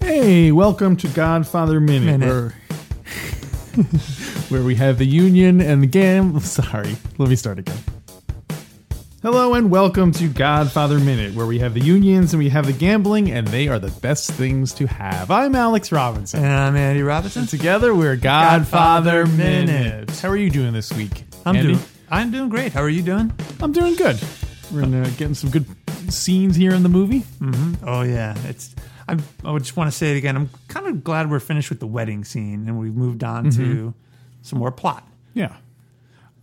Hey, welcome to Godfather Minute, Minute. Where, where we have the union and the game. Sorry, let me start again. Hello and welcome to Godfather Minute, where we have the unions and we have the gambling, and they are the best things to have. I'm Alex Robinson. And Uh, I'm Andy Robinson. Together, we're Godfather, Godfather Minute. Minute. How are you doing this week? I'm Andy? doing. I'm doing great. How are you doing? I'm doing good. We're in, uh, getting some good scenes here in the movie. Oh yeah, it's. I'm, I would just want to say it again. I'm kind of glad we're finished with the wedding scene and we've moved on to some more plot. Yeah.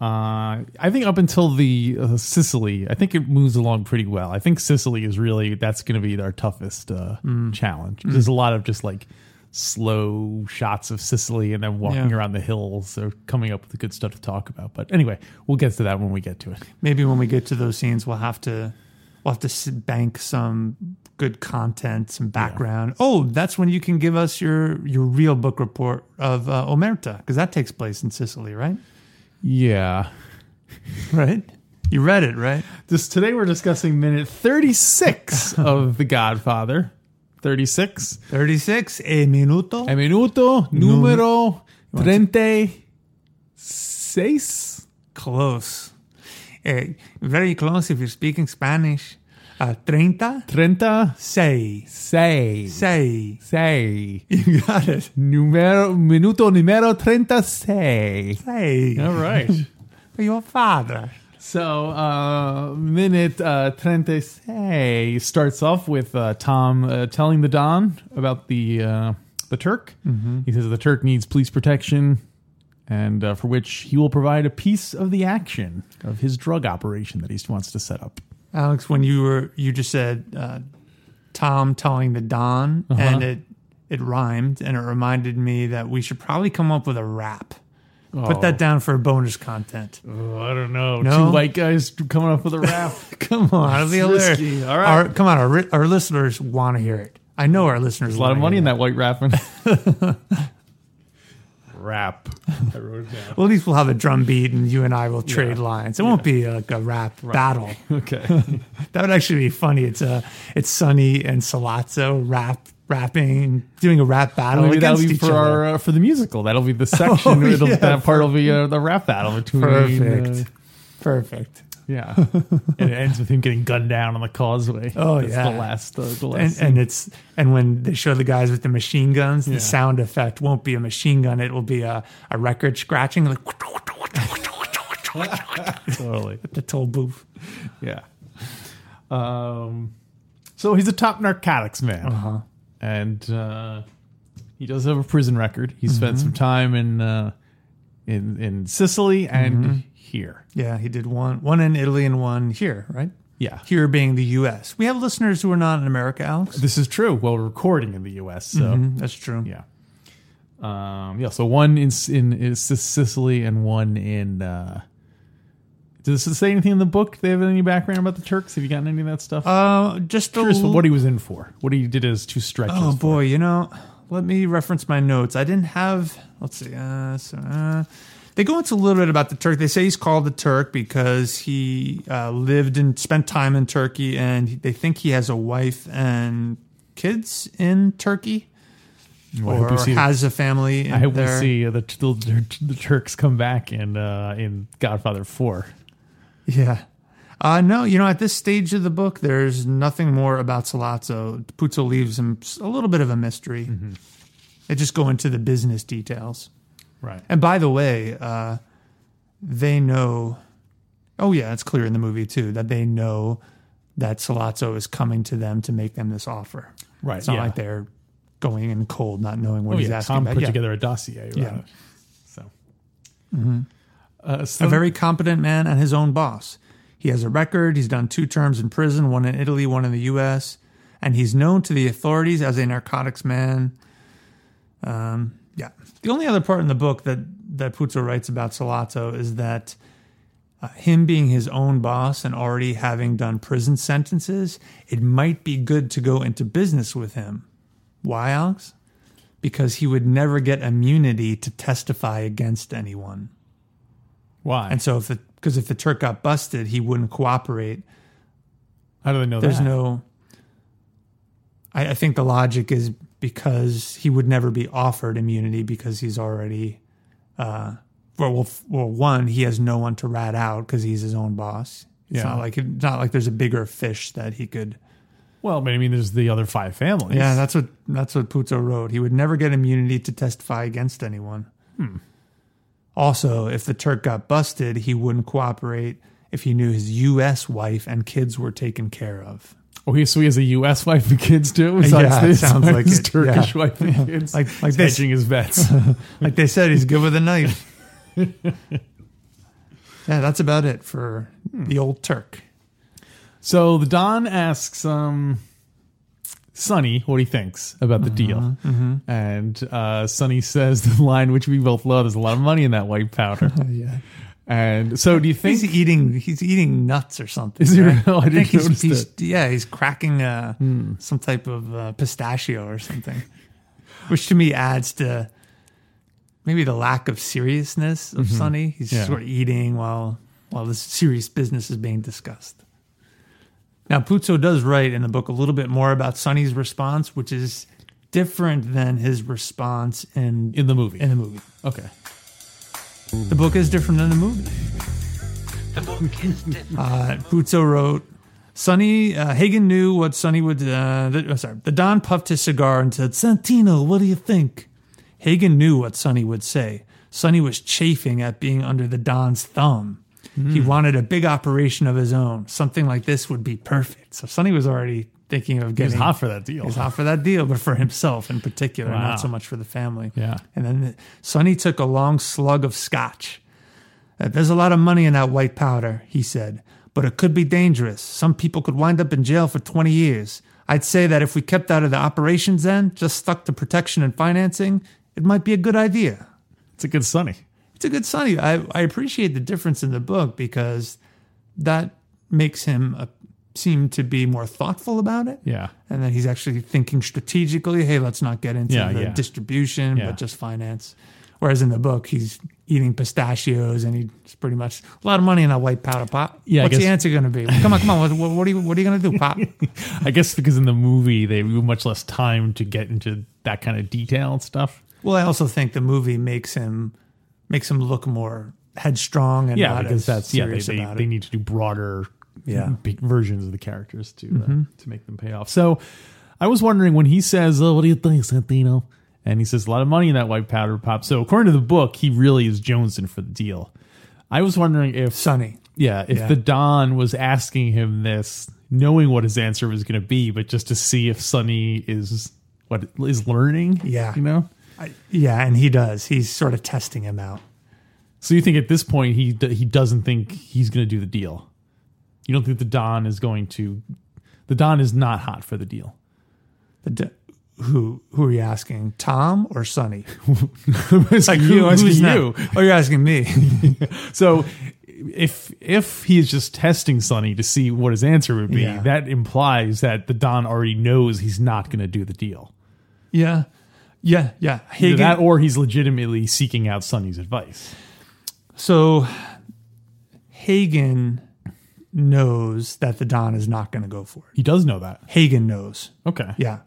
Uh, I think up until the uh, Sicily, I think it moves along pretty well. I think Sicily is really that's going to be our toughest uh, challenge. There's a lot of just like slow shots of Sicily and then walking Yeah. around the hills. They're coming up with good stuff to talk about. But anyway, we'll get to that when we get to it. Maybe when we get to those scenes, we'll have to we'll have to s- bank some good content, some background. Oh, that's when you can give us your your real book report of uh, Omerta because that takes place in Sicily, right? Yeah. Right. You read it, right? This today we're discussing minute 36 of The Godfather. 36. Thirty six a minuto. A minuto número 36. Close. Eh, very close if you're speaking Spanish. Uh, 30, Trenta say, Say. say. Say. You got it. Numero, minuto numero 36. All Say, right. for your father. so, uh, minute uh, 36 starts off with uh, Tom uh, telling the Don about the, uh, the Turk. He says the Turk needs police protection. And uh, for which he will provide a piece of the action of his drug operation that he wants to set up. Alex, when you were, you just said uh, Tom telling the Don, and it, it rhymed, and it reminded me that we should probably come up with a rap. Put that down for bonus content. Oh, I don't know. No? Two white guys coming up with a rap. Come on, it'll be Risky. hilarious. All right. Our, come on, our, ri- our listeners want to hear it. I know our listeners. There's a lot of money in that white wrapping. Rap. I wrote it down. Well, at least we'll have a drum beat and you and I will trade lines. It won't be like a rap battle. Okay. That would actually be funny. It's uh, it's Sonny and Salazzo rap rapping, doing a rap battle Maybe that'll against be each for other. our uh, for the musical. That'll be the section. Oh, It'll- yeah. That part will be uh, the rap battle between. uh, Perfect. Perfect. yeah. and it ends with him getting gunned down on the causeway. Oh, That's yeah. The last. Uh, the last. And, scene. and it's and when they show the guys with the machine guns, the sound effect won't be a machine gun. It will be a, a record scratching like totally. the toll booth. Yeah. Um. So he's a top narcotics man, uh-huh. and uh, he does have a prison record. He spent some time in uh, in in Sicily and here. Yeah, he did one one in Italy and one here, right? Yeah. Here being the U.S. We have listeners who are not in America, Alex. This is true. Well, we're recording in the U.S., so That's true. Mm-hmm. yeah, um, yeah. So one in in is Sicily and one in. Uh, does it say anything in the book? Do they have any background about the Turks? Have you gotten any of that stuff? Uh, just a Curious l- what he was in for. What he did as two stretches. oh boy, you know, let me reference my notes. I didn't have. Let's see. Uh, so, uh, they go into a little bit about the Turk. They say he's called the Turk because he uh, lived and spent time in Turkey, and they think he has a wife and kids in Turkey, Well, I hope or we see the- has a family. In I hope we there. see uh, the, the the Turks come back in uh, in Godfather Four. Yeah. Uh, no, you know, at this stage of the book, there's nothing more about Salazzo. Puzo leaves him s- a little bit of a mystery. Mm-hmm. They just go into the business details. Right. And by the way, uh, they know. Oh yeah, it's clear in the movie too that they know that Salazzo is coming to them to make them this offer. Right, It's not yeah. like they're going in cold, not knowing what Oh he's yeah, asking. Tom about. put Yeah. together a dossier. About Yeah. Mm-hmm. It. So. Uh, so a very competent man and his own boss. He has a record. He's done two terms in prison, one in Italy, one in the U.S., and he's known to the authorities as a narcotics man. Um, yeah. The only other part in the book that that Puzo writes about Salazzo is that uh, him being his own boss and already having done prison sentences, it might be good to go into business with him. Why, Alex? Because he would never get immunity to testify against anyone. Why? And so, if the because if the Turk got busted, he wouldn't cooperate. How do they know There's that? no. I, I think the logic is because he would never be offered immunity because he's already, uh, well, well, f- well, one he has no one to rat out because he's his own boss. It's Yeah. not like it's not like there's a bigger fish that he could. Well, but I mean, there's the other five families. Yeah, that's what that's what Puto wrote. He would never get immunity to testify against anyone. Also, if the Turk got busted, he wouldn't cooperate if he knew his U.S. wife and kids were taken care of. Okay, so Oh, he has a U.S. wife and kids too. Yeah, it this, sounds like his it, Turkish yeah. wife and kids. Like- like He's this. hedging his bets. Like they said, he's good with a knife. yeah, that's about it for the old Turk. so the Don asks um, Sonny what he thinks about the deal, Uh-huh, and uh, Sonny says the line which we both love: "There's a lot of money in that white powder." yeah, and so, do you think he's eating he's eating nuts or something. Is he right? real? I didn't think he's, notice Hmm. he's yeah he's cracking uh, some type of uh, pistachio or something, which to me adds to maybe the lack of seriousness of Sonny. He's Mm-hmm. Yeah. sort of eating while while this serious business is being discussed. Now Puzo does write in the book a little bit more about Sonny's response, which is different than his response in in the movie? in the movie. okay, The book is different than the movie. uh, Puzo wrote, Sonny, uh, Hagen knew what Sonny would, uh, the, oh, sorry, the Don puffed his cigar and said, Santino, what do you think? Hagen knew what Sonny would say. Sonny was chafing at being under the Don's thumb. He wanted a big operation of his own. Something like this would be perfect. So Sonny was already thinking of he's getting hot for that deal. He's hot for that deal, but for himself in particular, Wow. not so much for the family. Yeah. And then Sonny took a long slug of scotch. Uh, There's a lot of money in that white powder, he said, but it could be dangerous. Some people could wind up in jail for 20 years. I'd say that if we kept out of the operations then, just stuck to protection and financing, it might be a good idea. It's a good Sonny. It's a good Sonny. I, I appreciate the difference in the book because that makes him uh seem to be more thoughtful about it Yeah, and then he's actually thinking strategically. Hey, let's not get into Yeah, the yeah. distribution, Yeah. but just finance. Whereas in the book, he's eating pistachios, and he's pretty much a lot of money in that white powder pop. Yeah, I what's the guess- answer going to be? Come on, come on. What, what are you What are you going to do, pop? I guess because in the movie they have much less time to get into that kind of detail and stuff. well, I also think the movie makes him makes him look more headstrong and yeah, not because as that's yeah, they, serious they, about they it. need to do broader Yeah. Mm-hmm. big versions of the characters to uh, to make them pay off. So I was wondering when he says, "Oh, what do you think, Santino?" and he says a lot of money in that white powder pop. So according to the book, he really is jonesing for the deal. I was wondering if Sonny. yeah, if Yeah. the Don was asking him this, knowing what his answer was going to be, but just to see if Sonny is what is learning. Yeah. you know. I, yeah, and he does. He's sort of testing him out. So you think at this point he d- he doesn't think he's going to do the deal? You don't think the Don is going to? The Don is not hot for the deal. The d- who Who are you asking? Tom or Sonny? it's like Who- who, who's who's you? not- Oh, you're asking me. So if if he is just testing Sonny to see what his answer would be, Yeah. that implies that the Don already knows he's not going to do the deal. Yeah. Yeah. Yeah. Either Hagen. that or he's legitimately seeking out Sonny's advice. so Hagen knows that the Don is not going to go for it. He does know that. Hagen knows. Okay. Yeah.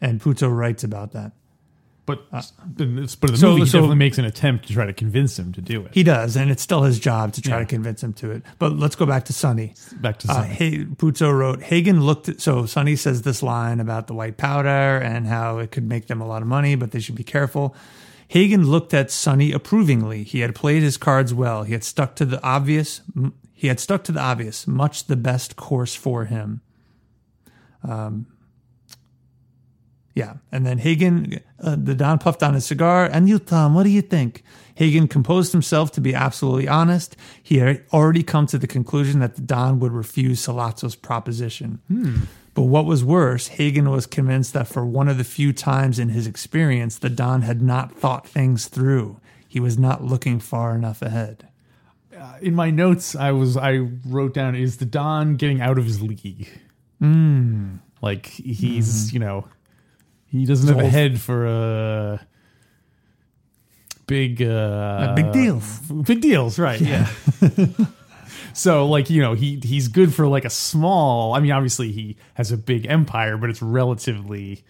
And Puto writes about that. But but in this- but in the Uh, so- movie, he so- definitely makes an attempt to try to convince him to do it. He does. And it's still his job to try Yeah. to convince him to it. But let's go back to Sonny. Back to Uh, Sonny. hey, Puto wrote, Hagen looked at, so Sonny says this line about the white powder and how it could make them a lot of money, but they should be careful. Hagen looked at Sonny approvingly. He had played his cards well. He had stuck to the obvious. m- He had stuck to the obvious, much the best course for him. Um, yeah. And then Hagen, uh, the Don puffed on his cigar. And you, Tom, what do you think? Hagen composed himself to be absolutely honest. He had already come to the conclusion that the Don would refuse Salazzo's proposition. But what was worse, Hagen was convinced that for one of the few times in his experience, the Don had not thought things through. He was not looking far enough ahead. uh, in my notes, I was I wrote down is the Don getting out of his league. Hmm. Like he's you know he doesn't have a whole- head for a big uh, big deals. big deals, right? Yeah. so like you know he he's good for like a small. I mean, obviously he has a big empire, but it's relatively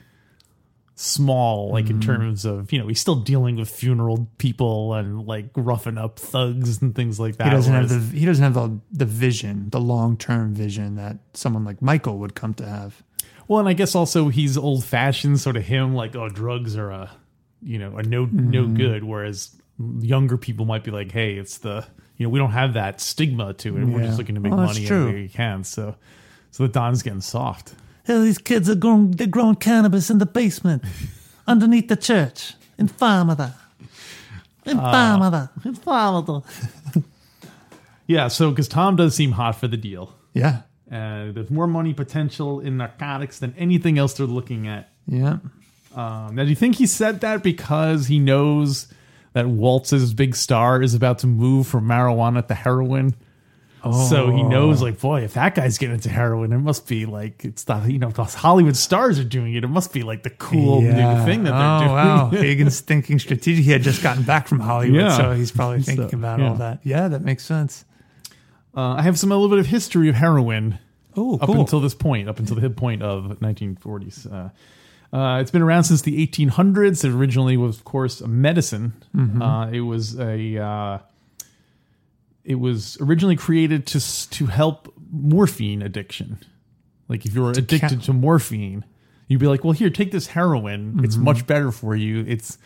small like Hmm. in terms of you know he's still dealing with funeral people and like roughing up thugs and things like that He doesn't have whereas- the he doesn't have the the vision, the long term vision that someone like Michael would come to have. Well, and I guess also he's old fashioned, sort of him, like, oh, drugs are a, you know, a no no Hmm. good. Whereas younger people might be like, hey, it's the, you know, we don't have that stigma to it. We're Yeah. just looking to make Well, that's money true. every way we can. So, so the Don's getting soft. Hell, these kids are growing they're growing cannabis in the basement, underneath the church, in Farmada. In Farmada. in Farmada. Yeah. So, because Tom does seem hot for the deal. Yeah. Uh, there's more money potential in narcotics than anything else they're looking at. Yeah. Um, now, do you think he said that because he knows that Waltz's big star is about to move from marijuana to heroin? So Oh. he knows, like, boy, if that guy's getting into heroin, it must be like it's the you know the Hollywood stars are doing it. It must be like the cool new thing that they're oh, doing. wow. Hagen's thinking strategic. He had just gotten back from Hollywood, Yeah. uh, so he's probably thinking about all yeah. that. Yeah, that makes sense. Uh, I have some a little bit of history of heroin. Oh, up until this point, up until the point of 1940s. Uh, uh, it's been around since the 1800s. It originally was, of course, a medicine. Mm-hmm. Uh, it was a. Uh, it was originally created to s- to help morphine addiction. Like if you were addicted to morphine, you'd be like, "Well, here, take this heroin. It's Mm-hmm. much better for you. It's."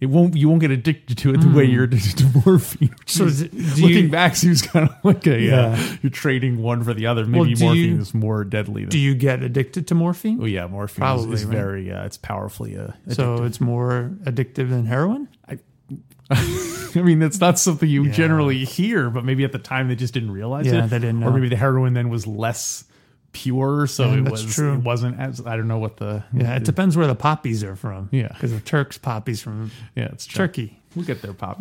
It won't. You won't get addicted to it the way you're addicted to morphine. Mm. So is it- do you- looking back, seems kind of like a yeah. Yeah. you're trading one for the other. Well, Maybe do morphine you- is more deadly than. Do you get addicted to morphine? oh yeah, morphine Probably, is, is right? very. Uh, it's powerfully. Uh, so it's more addictive than heroin? I mean, that's not something you generally hear, but maybe at the time they just didn't realize Yeah, it. they didn't Or know. maybe the heroin then was less pure, so Yeah, it that's was. true. It wasn't as. I don't know what the. Yeah, it depends where the poppies are from. Yeah. Because of Turks, poppies from Yeah, it's true. Turkey. We'll get there, Pop.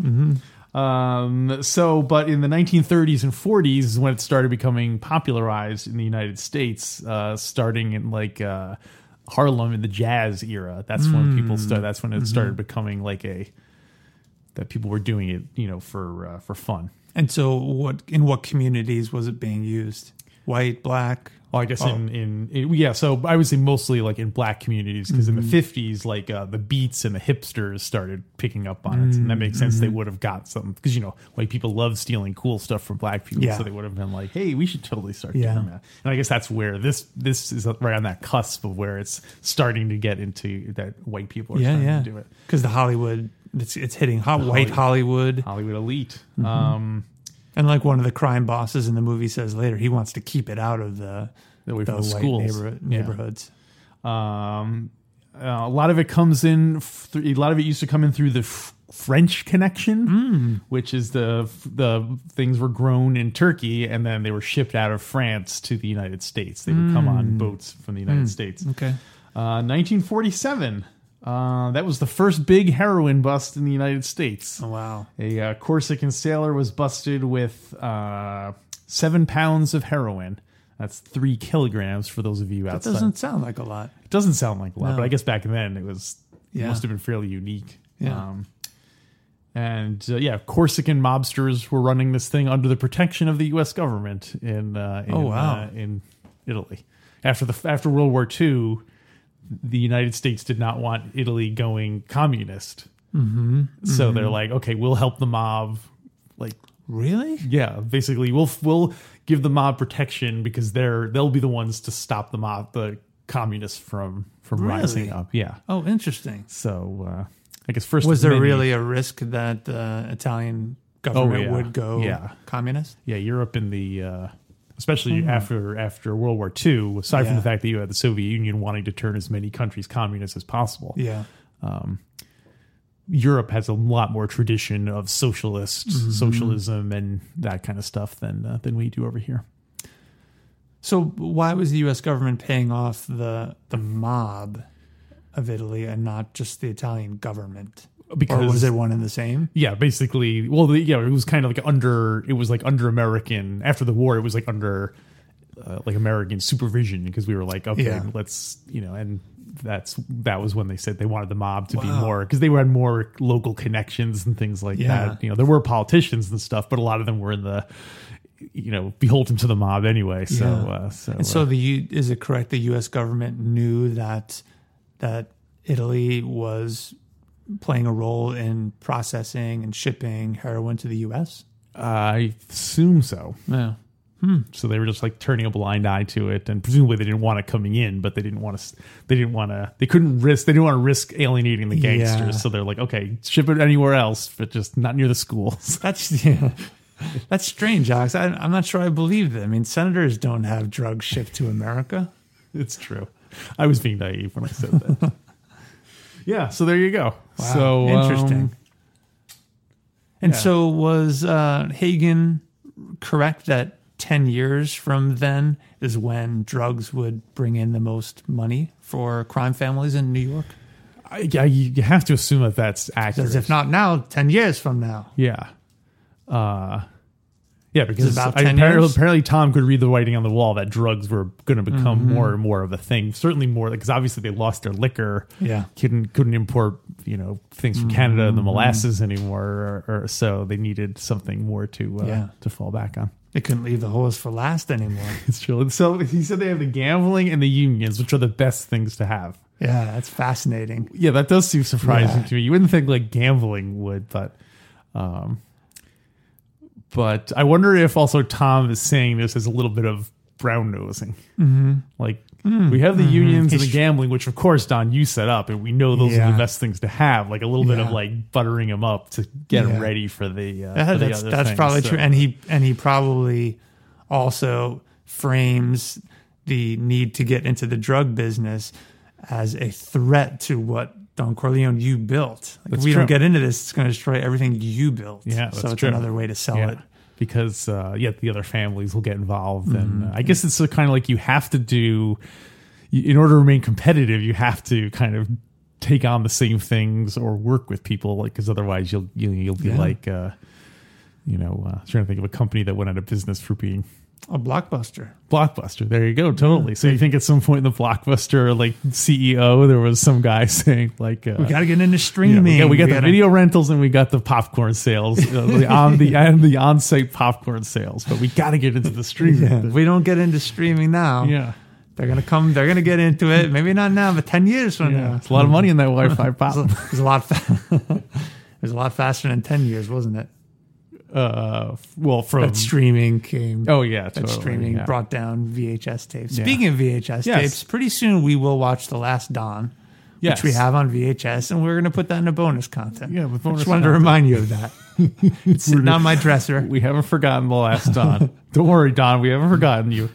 Um, so, but in the 1930s and 40s is when it started becoming popularized in the United States, uh, starting in like uh, Harlem in the jazz era. That's when people started. That's when it started becoming like a that people were doing it, you know, for uh, for fun. And so what in what communities was it being used? White, black? Oh, I guess in, in in- yeah. So I would say mostly like in black communities because in the Mm-hmm. fifties, like uh, the beats and the hipsters started picking up on it, and that makes sense. They Mm-hmm. would have got some because you know white people love stealing cool stuff from black people, Yeah. so they would have been like, "Hey, we should totally start Yeah. doing that." And I guess that's where this this is right on that cusp of where it's starting to get into that white people are Yeah, starting yeah. to do it. Because the Hollywood it's it's hitting hot white Hollywood. Hollywood elite. Mm-hmm. Um, And like one of the crime bosses in the movie says later, he wants to keep it out of the, Away the from the white schools. neighborhood, Yeah. neighborhoods. Um, uh, a lot of it comes in. f- thr- A lot of it used to come in through the f- French connection, Hmm. which is the f- the things were grown in Turkey and then they were shipped out of France to the United States. They would come Hmm. on boats from the United States. Okay. Uh, 1947. Uh, that was the first big heroin bust in the United States. Oh, wow. A uh, Corsican sailor was busted with uh, seven pounds of heroin. That's three kilograms for those of you That outside. doesn't sound like a lot. Doesn't sound like a lot, No. but I guess back then it was Yeah. must have been fairly unique. Yeah. Um, and uh, yeah, Corsican mobsters were running this thing under the protection of the U.S. government in uh, in, Oh, wow. uh, in Italy after the after World War II. The United States did not want Italy going communist, mm-hmm. so they're like, okay, we'll help the mob. Like, Really? yeah, basically, we'll we'll give the mob protection because they're they'll be the ones to stop the mob, the communists from from rising Really? up. Yeah, Oh, interesting. so uh, I guess first Was there maybe- really a risk that the Italian government yeah. would go Yeah. communist? yeah Europe in the uh, especially after after World War II. Aside from Hmm. Yeah. the fact that you had the Soviet Union wanting to turn as many countries communist as possible, Yeah. Europe has a lot more tradition of socialist Mm-hmm. socialism and that kind of stuff than uh, than we do over here. So why was the U.S. government paying off the the mob of Italy and not just the Italian government? because Or was it one and the same? yeah, basically, well, the, yeah, it was kind of like under, it was like under American after the war. It was like under uh, like American supervision because we were like, okay, Yeah. let's you know, and that's that was when they said they wanted the mob to be Wow. more because they had more local connections and things like Yeah. that. You know, there were politicians and stuff, but a lot of them were in the you know beholden to the mob anyway. So, Yeah. uh, so, And so the U- is it correct the U.S. government knew that that Italy was playing a role in processing and shipping heroin to the U.S. uh, I assume so. Yeah. so they were just like turning a blind eye to it and presumably they didn't want it coming in but they didn't want to they didn't want to they couldn't risk they didn't want to risk alienating the Yeah. gangsters so they're like okay ship it anywhere else but just not near the schools That's yeah. That's strange, Alex. I, I'm not sure I believe that. I mean, senators don't have drugs shipped to America. it's true i was being naive when i said that yeah so there you go so um, interesting. and yeah. so was uh, Hagen correct that 10 years from then is when drugs would bring in the most money for crime families in New York? I, yeah you you have to assume that that's accurate Because if not now, 10 years from now. yeah uh yeah, because about I- 10 apparently, years? apparently Tom could read the writing on the wall that drugs were going to become Mm-hmm. more and more of a thing. Certainly more, because obviously they lost their liquor. Yeah. Mm-hmm. couldn't couldn't import you know things from Canada and the molasses anymore, or, or so they needed something more to uh, Yeah. to fall back on. They couldn't leave the horse for last anymore. It's true. And so he said they have the gambling and the unions, which are the best things to have. yeah, that's fascinating. Yeah, that does seem surprising Yeah. to me. You wouldn't think like gambling would, but um, but I wonder if also Tom is saying this as a little bit of brown nosing. Like we have the unions and the Mm-hmm. He's- gambling, which of course Don you set up, and we know those are Yeah. the best things to have. Like a little bit of Yeah. like buttering him up to get him Yeah. ready for the. Uh, Yeah, for the that's other that's things. probably So- true. And he and he probably also frames the need to get into the drug business as a threat to what Don Corleone you built. Like, if That's we don't true. get into this, it's going to destroy everything you built. Yeah, so that's it's true. another way to sell yeah. it. because uh, yeah, the other families will get involved, and uh, I guess it's kind of like you have to do you- in order to remain competitive, you have to kind of take on the same things or work with people, like because otherwise you'll you, you'll be Yeah. like uh, you know uh, I was trying to think of a company that went out of business for being A blockbuster. blockbuster. There you go, totally. So you think at some point in the blockbuster like CEO, there was some guy saying like uh, We got to get into yeah, streaming. we got, we got the gotta- video rentals and we got the popcorn sales uh, the on the and the on-site popcorn sales, but we got to get into the Yeah, if streaming. we don't get into streaming now. Yeah. yeah, They're gonna come. They're gonna get into it. Maybe not now, but ten years from now. It's a lot of money in that Wi-Fi It pop. was a- it was a lot. Fa- it was a lot faster than ten years, wasn't it? Uh, well, from That streaming came. oh yeah, that totally, streaming yeah. brought down VHS tapes. Speaking of VHS Yes. tapes, pretty soon we will watch The Last Dawn, Yes. which we have on VHS, and we're gonna put that in a bonus content. Yeah, with I bonus just wanted to content. remind you of that. it's sitting on my dresser. We haven't forgotten the last Don. Don't worry, Don. We haven't forgotten you.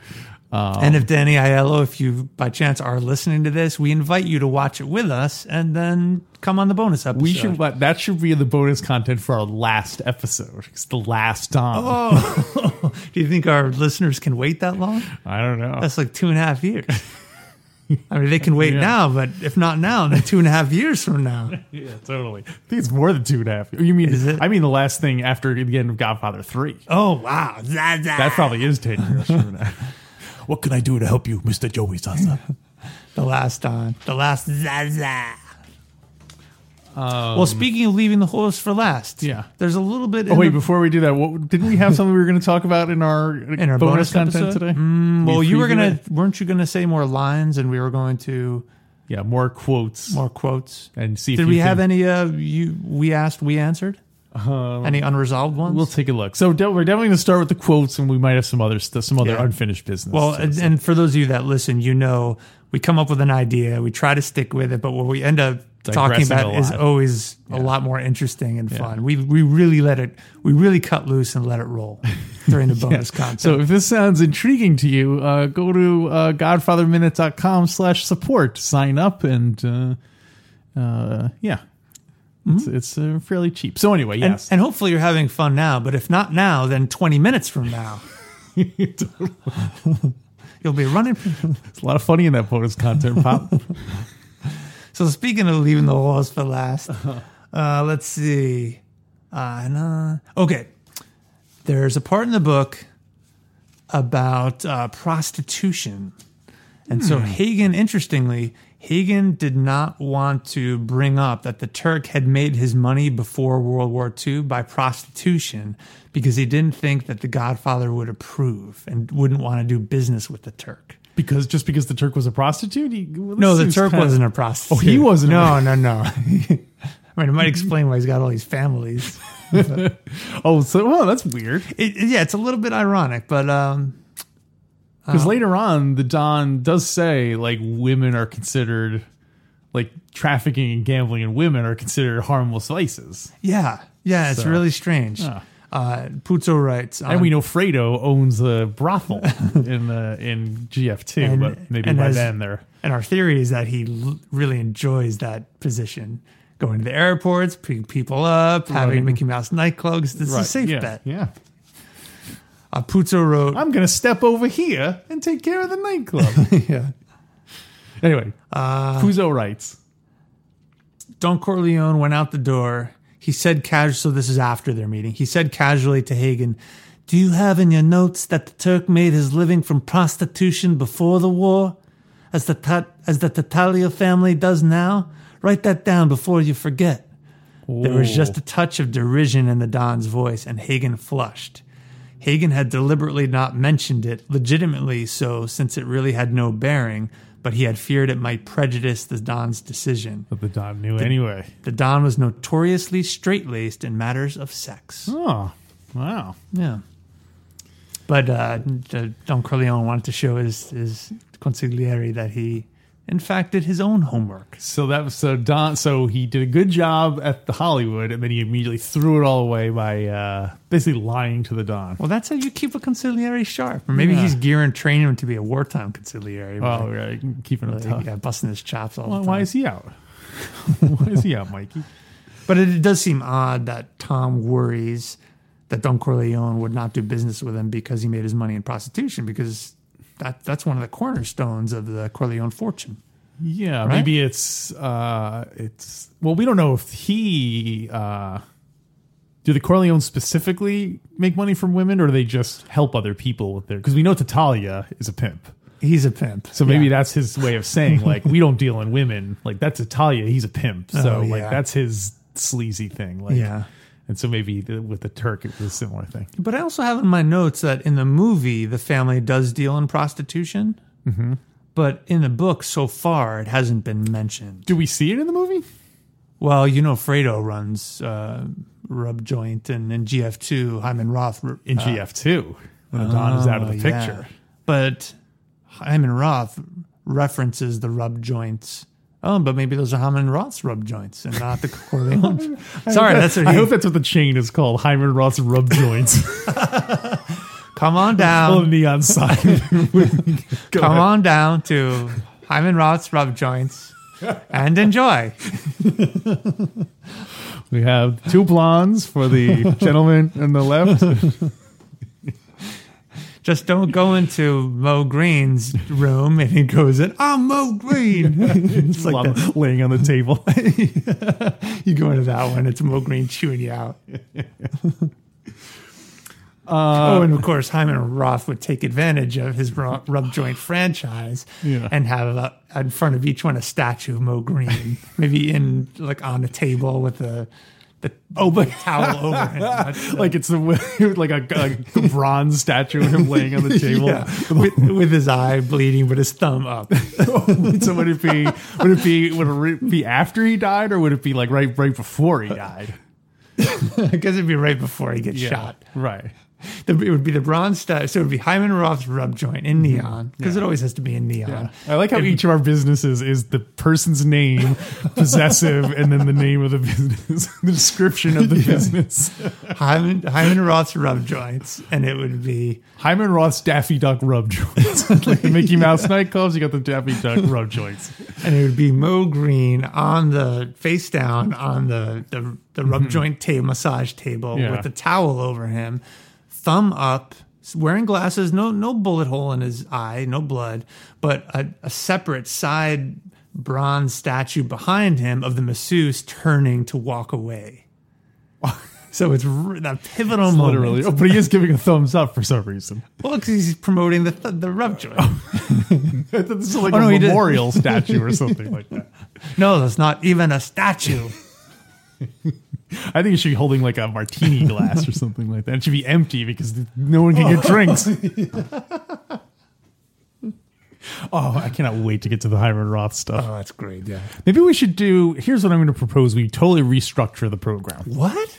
Uh, And if Danny Aiello, if you by chance are listening to this, we invite you to watch it with us and then come on the bonus episode. we should let that should be the bonus content for our last episode. It's the last Don. Oh, do you think our listeners can wait that long? I don't know. That's like two and a half years. I mean, they can wait Yeah. now, but if not now, then two and a half years from now. Yeah, totally. I think it's more than two and a half. You mean? Is it? I mean the last thing after the end of Godfather Three. Oh wow, Zah, zah. That probably is ten years from now. What can I do to help you, Mister Joey Zaza? the last time, the last Zaza. well, speaking of leaving the horse for last, Um, Yeah. there's a little bit. oh in wait, the- before we do that, what, didn't we have something we were going to talk about in our Mm, in our bonus content episode? today? well, you were preview gonna, it? weren't you gonna say more lines, and we were going to yeah, more quotes more quotes. and see. if Did you we have can- any? Uh, you we asked, we answered. any unresolved ones? Um, We'll take a look. So de- we're definitely going to start with the quotes, and we might have some other stuff, some other Yeah. unfinished business. Well, So- and, and for those of you that listen, you know we come up with an idea, we try to stick with it, but what we end up talking Digressing about a is lot. always a lot more interesting and fun. We we really let it, we really cut loose and let it roll during the bonus content. So if this sounds intriguing to you, uh, go to uh, godfatherminute.com slash support, sign up, and uh, uh, yeah, it's, it's uh, fairly cheap. So anyway, and, yes. and hopefully you're having fun now, but if not now, then 20 minutes from now, you'll be running. it's a lot of funny in that bonus content, Pop. So speaking of leaving the walls for last, Uh, let's see. Uh, and, uh, okay. There's a part in the book about uh, prostitution. And so Hagen, interestingly, Hagen did not want to bring up that the Turk had made his money before World War II by prostitution because he didn't think that the Godfather would approve and wouldn't want to do business with the Turk. Because just because the Turk was a prostitute, he, well, No, this the seems Turk kinda- wasn't a prostitute. Oh, he wasn't a- No, no, no. I mean, it might explain why he's got all these families. Oh, so well, that's weird. It, it- yeah, it's a little bit ironic, but um, Because later on, the Don does say like women are considered like trafficking and gambling, and women are considered harmless vices. yeah, yeah, it's So, really strange. yeah. Uh, Puzo writes, um, And on- we know Fredo owns a brothel in the in GF two, And- but maybe and by as- then they're And our theory is that he l- really enjoys that position. Going to the airports, picking people up, Right. having Mickey Mouse nightclubs. This is a safe yeah, bet. Yeah, Uh, Puzo wrote, I'm gonna step over here and take care of the nightclub. yeah. anyway, uh, Puzo writes. Don Corleone went out the door. He said casually, so this is after their meeting. He said casually to Hagen, Do you have in your notes that the Turk made his living from prostitution before the war? As the, Ta- as the Tatalia family does now? Write that down before you forget. There was just a touch of derision in the Don's voice, and Hagen flushed. Hagen had deliberately not mentioned it, legitimately so, since it really had no bearing, but he had feared it might prejudice the Don's decision. But "Oh," the Don knew anyway. The Don was notoriously straight laced in matters of sex. Oh, wow. Yeah. But uh, the- Don Corleone wanted to show his, his consigliere that he, in fact, did his own homework. So that was so Don. So he did a good job at the Hollywood, and then he immediately threw it all away by uh, basically lying to the Don. Well, that's how you keep a consigliere sharp. Or maybe Yeah. he's gearing training him to be a wartime consigliere. Oh, right, keeping him Like, tough. yeah, busting his chops all Why, the why time. is he out? why is he out, Mikey? But it, it does seem odd that Tom worries that Don Corleone would not do business with him because he made his money in prostitution, because that that's one of the cornerstones of the Corleone fortune. Yeah, Right? maybe it's uh, it's well, we don't know if he uh, do the Corleone specifically make money from women, or do they just help other people with their because we know Tatalia is a pimp. He's a pimp. So maybe Yeah. that's his way of saying like we don't deal in women. Like that's Italia. He's a pimp. So Oh, yeah. like that's his sleazy thing. Like Yeah. And so maybe the, with the Turk it was a similar thing. But I also have in my notes that in the movie, the family does deal in prostitution. Mm-hmm. But in the book, so far, it hasn't been mentioned. Do we see it in the movie? Well, you know, Fredo runs uh, Rub Joint, and in GF2, Hyman Roth uh, In GF two when Don is out of the Oh, picture. yeah. But Hyman Roth references the rub joints. Oh, but maybe those are Hyman Roth's rub joints and not the Corleone. Sorry, that's what I he, hope that's what the chain is called. Hyman Roth's rub joints. Come on Little down. neon sign. Go ahead. Come on down to Hyman Roth's rub joints and enjoy. We have two blondes for the gentleman on the left. Just don't go into Mo Green's room and he goes in, I'm Mo Green. it's like Blob that. laying on the table. you go into that one, it's Mo Green chewing you out. Uh, oh, and of course, Hyman Roth would take advantage of his ru- rub joint franchise Yeah. and have uh in front of each one a statue of Mo Green, maybe in like on a table with a the oh, but towel over him. That's the- like it's a, like a, a bronze statue of him laying on the table. yeah, with, with his eye bleeding, but his thumb up. so would it be would it be would it be after he died or would it be like right right before he died? I guess it'd be right before he gets shot. Right. The, it would be the bronze statue. So it would be Hyman Roth's rub joint in neon because it always has to be in neon. I like how each of our businesses is the person's name, possessive, and then the name of the business, the description of the business. Hyman, Hyman Roth's rub joints, and it would be Hyman Roth's Daffy Duck rub joints. like the Mickey Mouse nightclubs, you got the Daffy Duck rub joints. and it would be Mo Green on the face down on the the, the rub joint ta- massage table Yeah. with the towel over him, thumb up, wearing glasses, no no bullet hole in his eye, no blood, but a, a separate side bronze statue behind him of the masseuse turning to walk away. so it's r- that pivotal moment. Literally. Oh, but he is giving a thumbs up for some reason. Well, 'cause he's promoting the, th- the rub joint. I thought this is like Oh, a no, he did. memorial statue or something like that. No, that's not even a statue. I think it should be holding like a martini glass or something like that. It should be empty because no one can get drinks. oh, I cannot wait to get to the Hyman Roth stuff. Oh, that's great. Yeah. Maybe we should do. Here's what I'm going to propose: we totally restructure the program. What?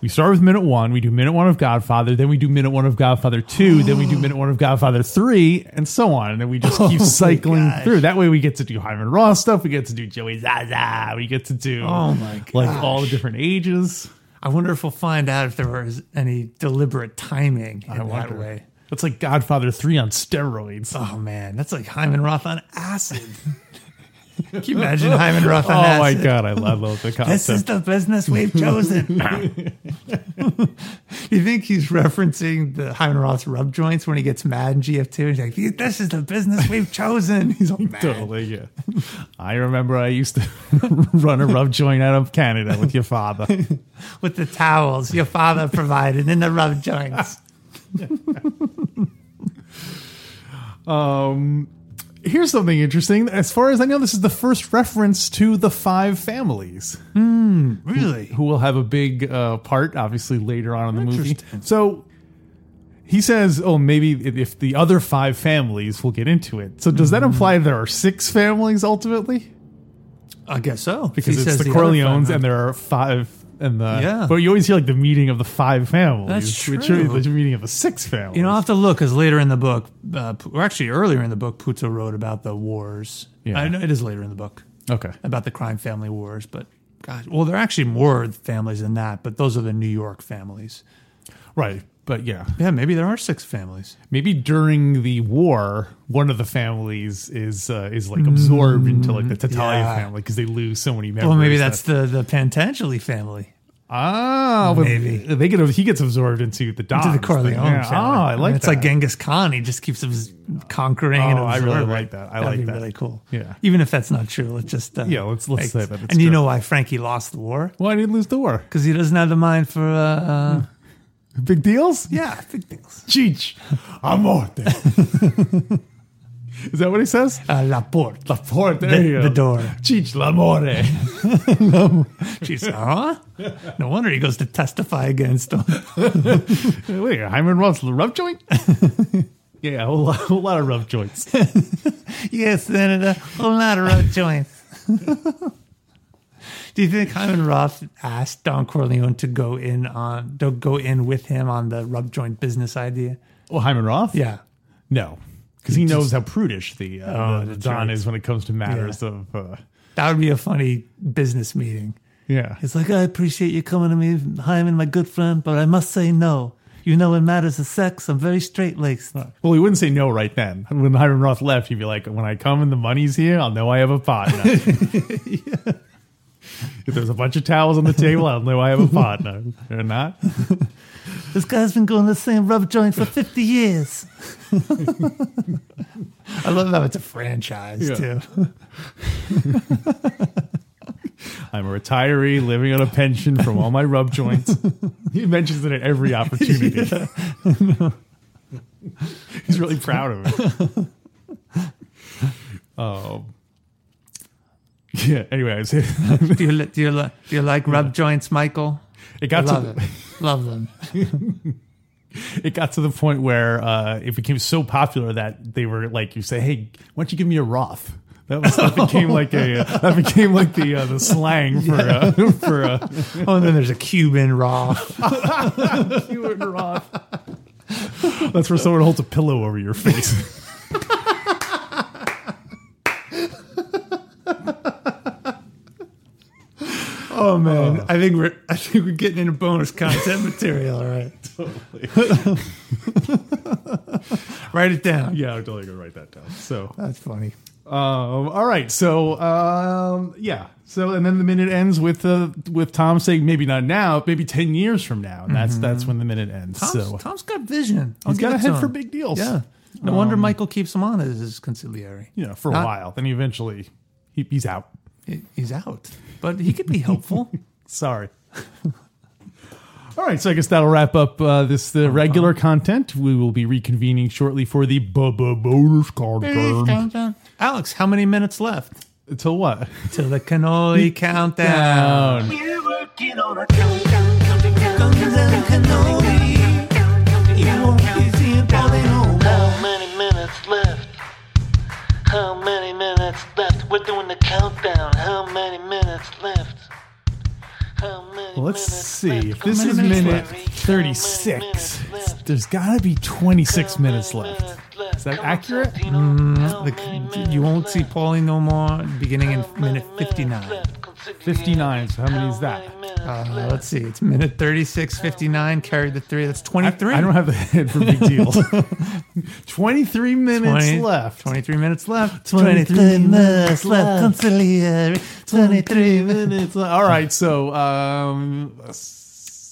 We start with minute one. We do minute one of Godfather. Then we do minute one of Godfather two. then we do minute one of Godfather three, and so on. And then we just keep Oh my cycling gosh. through. That way, we get to do Hyman Roth stuff. We get to do Joey Zaza. We get to do Oh my like gosh. all the different ages. I wonder if we'll find out if there was any deliberate timing in I that wonder. way. That's like Godfather 3 on steroids. Oh man, that's like Hyman Roth on acid. Can you imagine Hyman Roth on oh acid? my God, I love, love the concept. This is the business we've chosen. you think he's referencing the Hyman Roth's rub joints when he gets mad in GF2? He's like, this is the business we've chosen. He's all mad. totally, yeah. I remember I used to run a rub joint out of Canada with your father. with the towels your father provided in the rub joints. Um, here's something interesting. As far as I know, this is the first reference to the five families Really? who will have a big uh, part, obviously, later on in the movie. Interesting. So he says, oh, maybe if- if the other five families will get into it. So does that Mm. imply there are six families ultimately? I guess so. because He it's says the, other Corleones, five- and there are five. And the Yeah. but you always hear like the meeting of the five families. That's which is true. the meeting of the six families. You know, I'll have to look because later in the book, uh, or actually earlier in the book, Puto wrote about the wars. Yeah. I know it is later in the book okay, about the crime family wars, but gosh, well, there are actually more families than that, but those are the New York families. right, but yeah, Yeah, maybe there are six families. maybe during the war, one of the families is uh, is like absorbed into like the Tatalia Mm, yeah. family because they lose so many members. Well, maybe that- that's the the Pantangeli family. ah, but Maybe. they get he gets absorbed into Ah, the Dons, To the Corleone Yeah. family. Oh, I like It's that. like Genghis Khan. He just keeps abs- conquering and Oh, I really absorbing. like that. I That'd like be that. really cool. Yeah. Even if that's not true, let's just uh, Yeah, let's- let's say that it's And you true. know why Frankie lost the war? Why did he lose the war? Because he doesn't have the mind for uh, uh Big deals? yeah big things. Cheech, a morte. is that what he says? Uh, La porte, La porte, there you the, go. the door. Cheech Lamore. Jeez, huh? No wonder he goes to testify against him. Wait, Hyman Roth's rub joint? yeah, a whole lot, whole lot of rub joints. yes, Senator, whole lot of road joints. Do you think Hyman Roth asked Don Corleone to go in on to go in with him on the rub joint business idea? well, Hyman Roth? Yeah. No, because he knows how prudish the, uh, Oh, the that's Don right. is when it comes to matters of. Uh, That would be a funny business meeting. yeah. It's like, I appreciate you coming to me, Hyman, my good friend, but I must say no. You know, in matters of sex, I'm very straight laced. Well, he wouldn't say no right then. When Hyman Roth left, he'd be like, when I come and the money's here, I'll know I have a partner. If there's a bunch of towels on the table, I'll know I have a partner. Or not? This guy's been going to the same rub joint for 50 years. I love how it's a franchise, Yeah. too. I'm a retiree living on a pension from all my rub joints. he mentions it at every opportunity. He's really proud of it. um, yeah. Anyway, I was, it do, you, li- do, you, li- do you like rub joints, Michael? I got love to it. Love them. it got to the point where uh, it became so popular that they were like, you say, hey, why don't you give me a Roth? That, was, that became like a uh, that became like the uh, the slang for uh, for uh, Oh, and then there's a Cuban raw. Hewitt and Roth. That's where someone holds a pillow over your face. Oh man, I think we're I think we're getting into bonus content material. All right, write it down. yeah, I'm totally gonna write that down. So, That's funny. um, all right. So, um, yeah. So, and then the minute ends with uh, with Tom saying, "Maybe not now, maybe ten years from now." And that's that's when the minute ends. Tom's, so, Tom's got vision. I'll he's got give a it head to for him. big deals. Um, Yeah. No wonder Michael keeps him on as his conciliary. you know, for a Not- while. Then he eventually He, he's out. He- He's out, but he could be helpful. Sorry. All right, so I guess that'll wrap up uh, this the regular content. We will be reconvening shortly for the Bubba bonus content. Alex, how many minutes left Until what? Oh, till the cannoli Down. countdown? We're working on a countdown, counting down, counting down, cannoli. counting down, easy and counting down. How many minutes left? How many minutes left? We're doing the countdown. How many minutes left? How many Let's minutes see. If left? this How is many minute minutes left? How many minutes 36, left? there's got to be 26 How many minutes left. left? Is that Come on, accurate? Mm, Santino. How The- many minutes you won't see left? Paulie no more beginning in How many minute Uh, minutes 59. left? Consider the 59, so how many is that? many minutes Uh, left? let's see. It's minute 36, 59, carry the three. That's 23. I don't have the head for big deal. 23 minutes 20 left. 23 minutes left. 23 minutes left. Conciliary. 23 minutes left. All right, so um,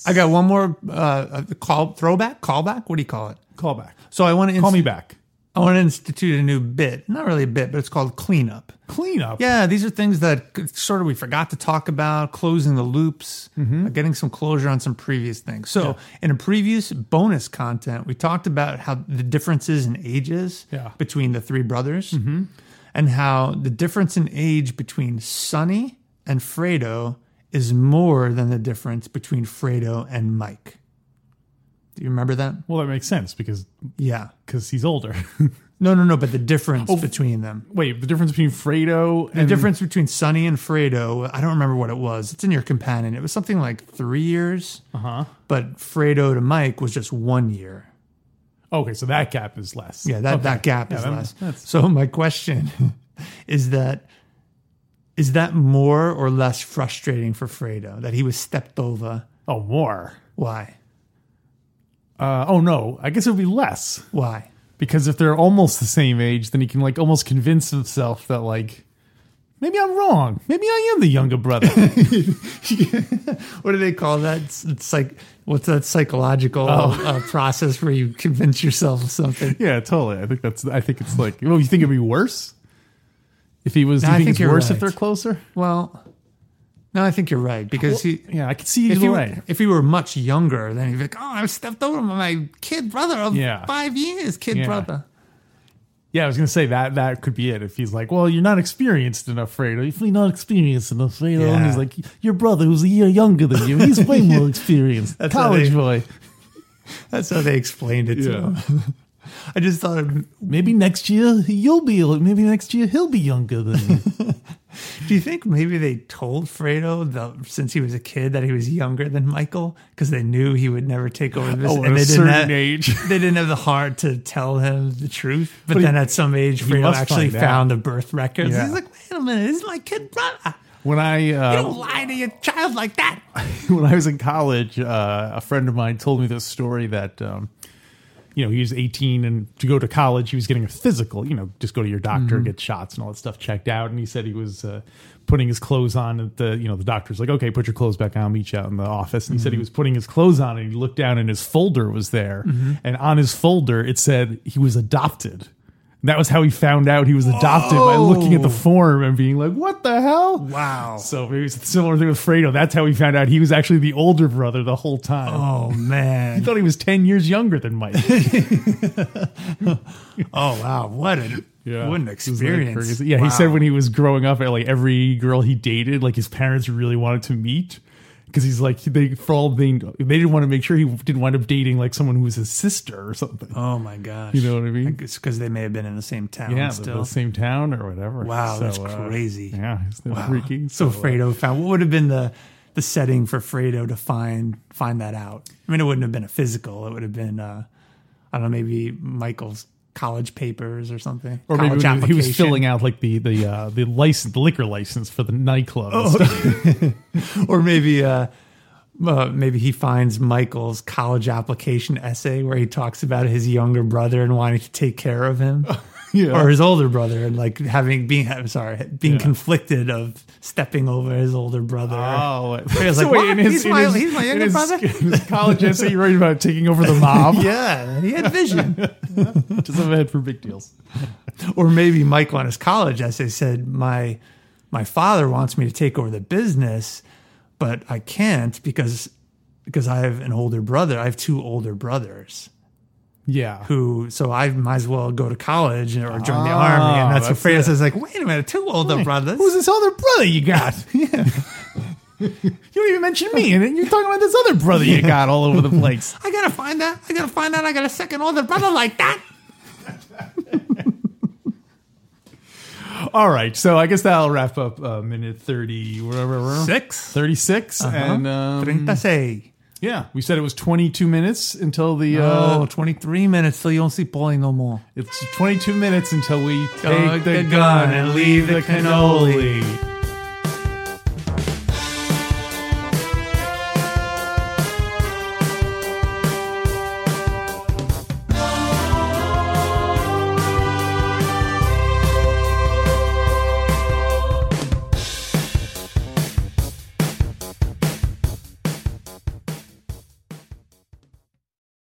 I got one more uh, uh, call throwback, callback. What do you call it? call back. So I want to Call me back. I want to institute a new bit. Not really a bit, but it's called cleanup. Clean up. Yeah, these are things that c- sort of we forgot to talk about, closing the loops, uh, getting some closure on some previous things. So, in a previous bonus content, we talked about how the differences in ages Yeah. between the three brothers and how the difference in age between Sonny and Fredo is more than the difference between Fredo and Mike. Do you remember that? Well, that makes sense because Yeah. because he's older. No, no, no, but the difference between them. Wait, the difference between Fredo The and difference between Sonny and Fredo, I don't remember what it was. It's in your companion. It was something like three years. Uh-huh. But Fredo to Mike was just one year. Okay, so that gap is less. Yeah, that, Okay. that gap Yeah, is that- less. that's- So my question is that is that more or less frustrating for Fredo that he was stepped over? Oh, more. Why? Uh, oh no, I guess it would be less Why? because if they're almost the same age, then he can like almost convince himself that like maybe I'm wrong. Maybe I am the younger brother. What do they call that? It's, it's like what's that psychological Oh. uh, process where you convince yourself of something? yeah, totally. I think that's. I think it's like. Well, you think it'd be worse if he was. Do No, you I think, think it's you're worse if right. they're closer? Well, no, I think you're right because he Yeah, I could see if either he, way. were, if he were much younger, then he'd be like, "Oh, I stepped over my kid brother of Yeah. five years, kid Yeah. brother." Yeah, I was gonna say that that could be it. If he's like, well, you're not experienced enough, Fredo. If you're not experienced enough, Fredo, and Yeah. he's like, your brother who's a year younger than you, he's way more experienced. That's how College they- boy. That's how they explained it to Yeah. him. I just thought, do Maybe next year you'll be. Maybe next year he'll be younger than you. you think maybe they told Fredo the, since he was a kid that he was younger than Michael because they knew he would never take over this, Oh, at and a they certain have, age. they didn't have the heart to tell him the truth. But, But he- then at some age, Fredo must actually find out. found the birth records. Yeah. He's like, "Wait a minute, this is my kid brother." When I uh, Don't lie to your child like that. when I was in college, uh, a friend of mine told me this story that, um, you know, he was 18 and to go to college, he was getting a physical, you know, just go to your doctor, get shots and all that stuff checked out. And he said he was uh, putting his clothes on at the, you know, the doctor's like, okay, put your clothes back on, I'll meet you out in the office. And he said he was putting his clothes on and he looked down and his folder was there. And on his folder, it said he was adopted. And That was how he found out he was adopted by looking at the form and being like, "What the hell?" Wow. Oh. So maybe it's a similar thing with Fredo. That's how he found out he was actually the older brother the whole time. Oh man. He thought he was 10 years younger than Mike. Oh wow. What an what an experience. Yeah, Wow. he said when he was growing up, like every girl he dated, like his parents really wanted to meet. Because he's like they for all they know- they didn't want to make sure he didn't wind up dating like someone who was his sister or something. Oh my gosh. You know what I mean? It's because they may have been in the same town yeah, the, still. the same town or whatever. Wow, that's uh, crazy. yeah, isn't that freaky? So uh, Fredo found what would have been the the setting for Fredo to find find that out. I mean it wouldn't have been a physical, it would have been uh I don't know, maybe Michael's college papers or something. or maybe college when he was application. filling out like the the uh, the license, the liquor license for the nightclub. and Oh, or maybe uh, uh, maybe he finds Michael's college application essay where he talks about his younger brother and wanting to take care of him, Yeah. or his older brother and like having being I'm sorry being Yeah. conflicted of stepping over his older brother. Oh, was like, "What? He's my- he's my in younger his- brother?" in his college essay, he wrote about taking over the mob. Yeah, he had vision. Just have a head for big deals. or maybe Michael on his college essay said, "My my father wants me to take over the business, but I can't because because I have an older brother. I have two older brothers Yeah. who so I might as well go to college or join the army. And Ah, that's, what that's Francis is like, wait a minute, two older brothers. Who's this other brother you got? you don't even mention me, and then you're talking about this other brother you got all over the place. I gotta find that. I gotta find out I got a second older brother like that. All right, so I guess that'll wrap up uh, minute thirty, whatever, whatever. 6 36, Uh-huh. and um, say. yeah, we said it was twenty-two minutes until the. Uh, Oh, 23 minutes till you don't see Paulie no more. It's twenty-two minutes until we take Take the, the gun and leave the cannoli.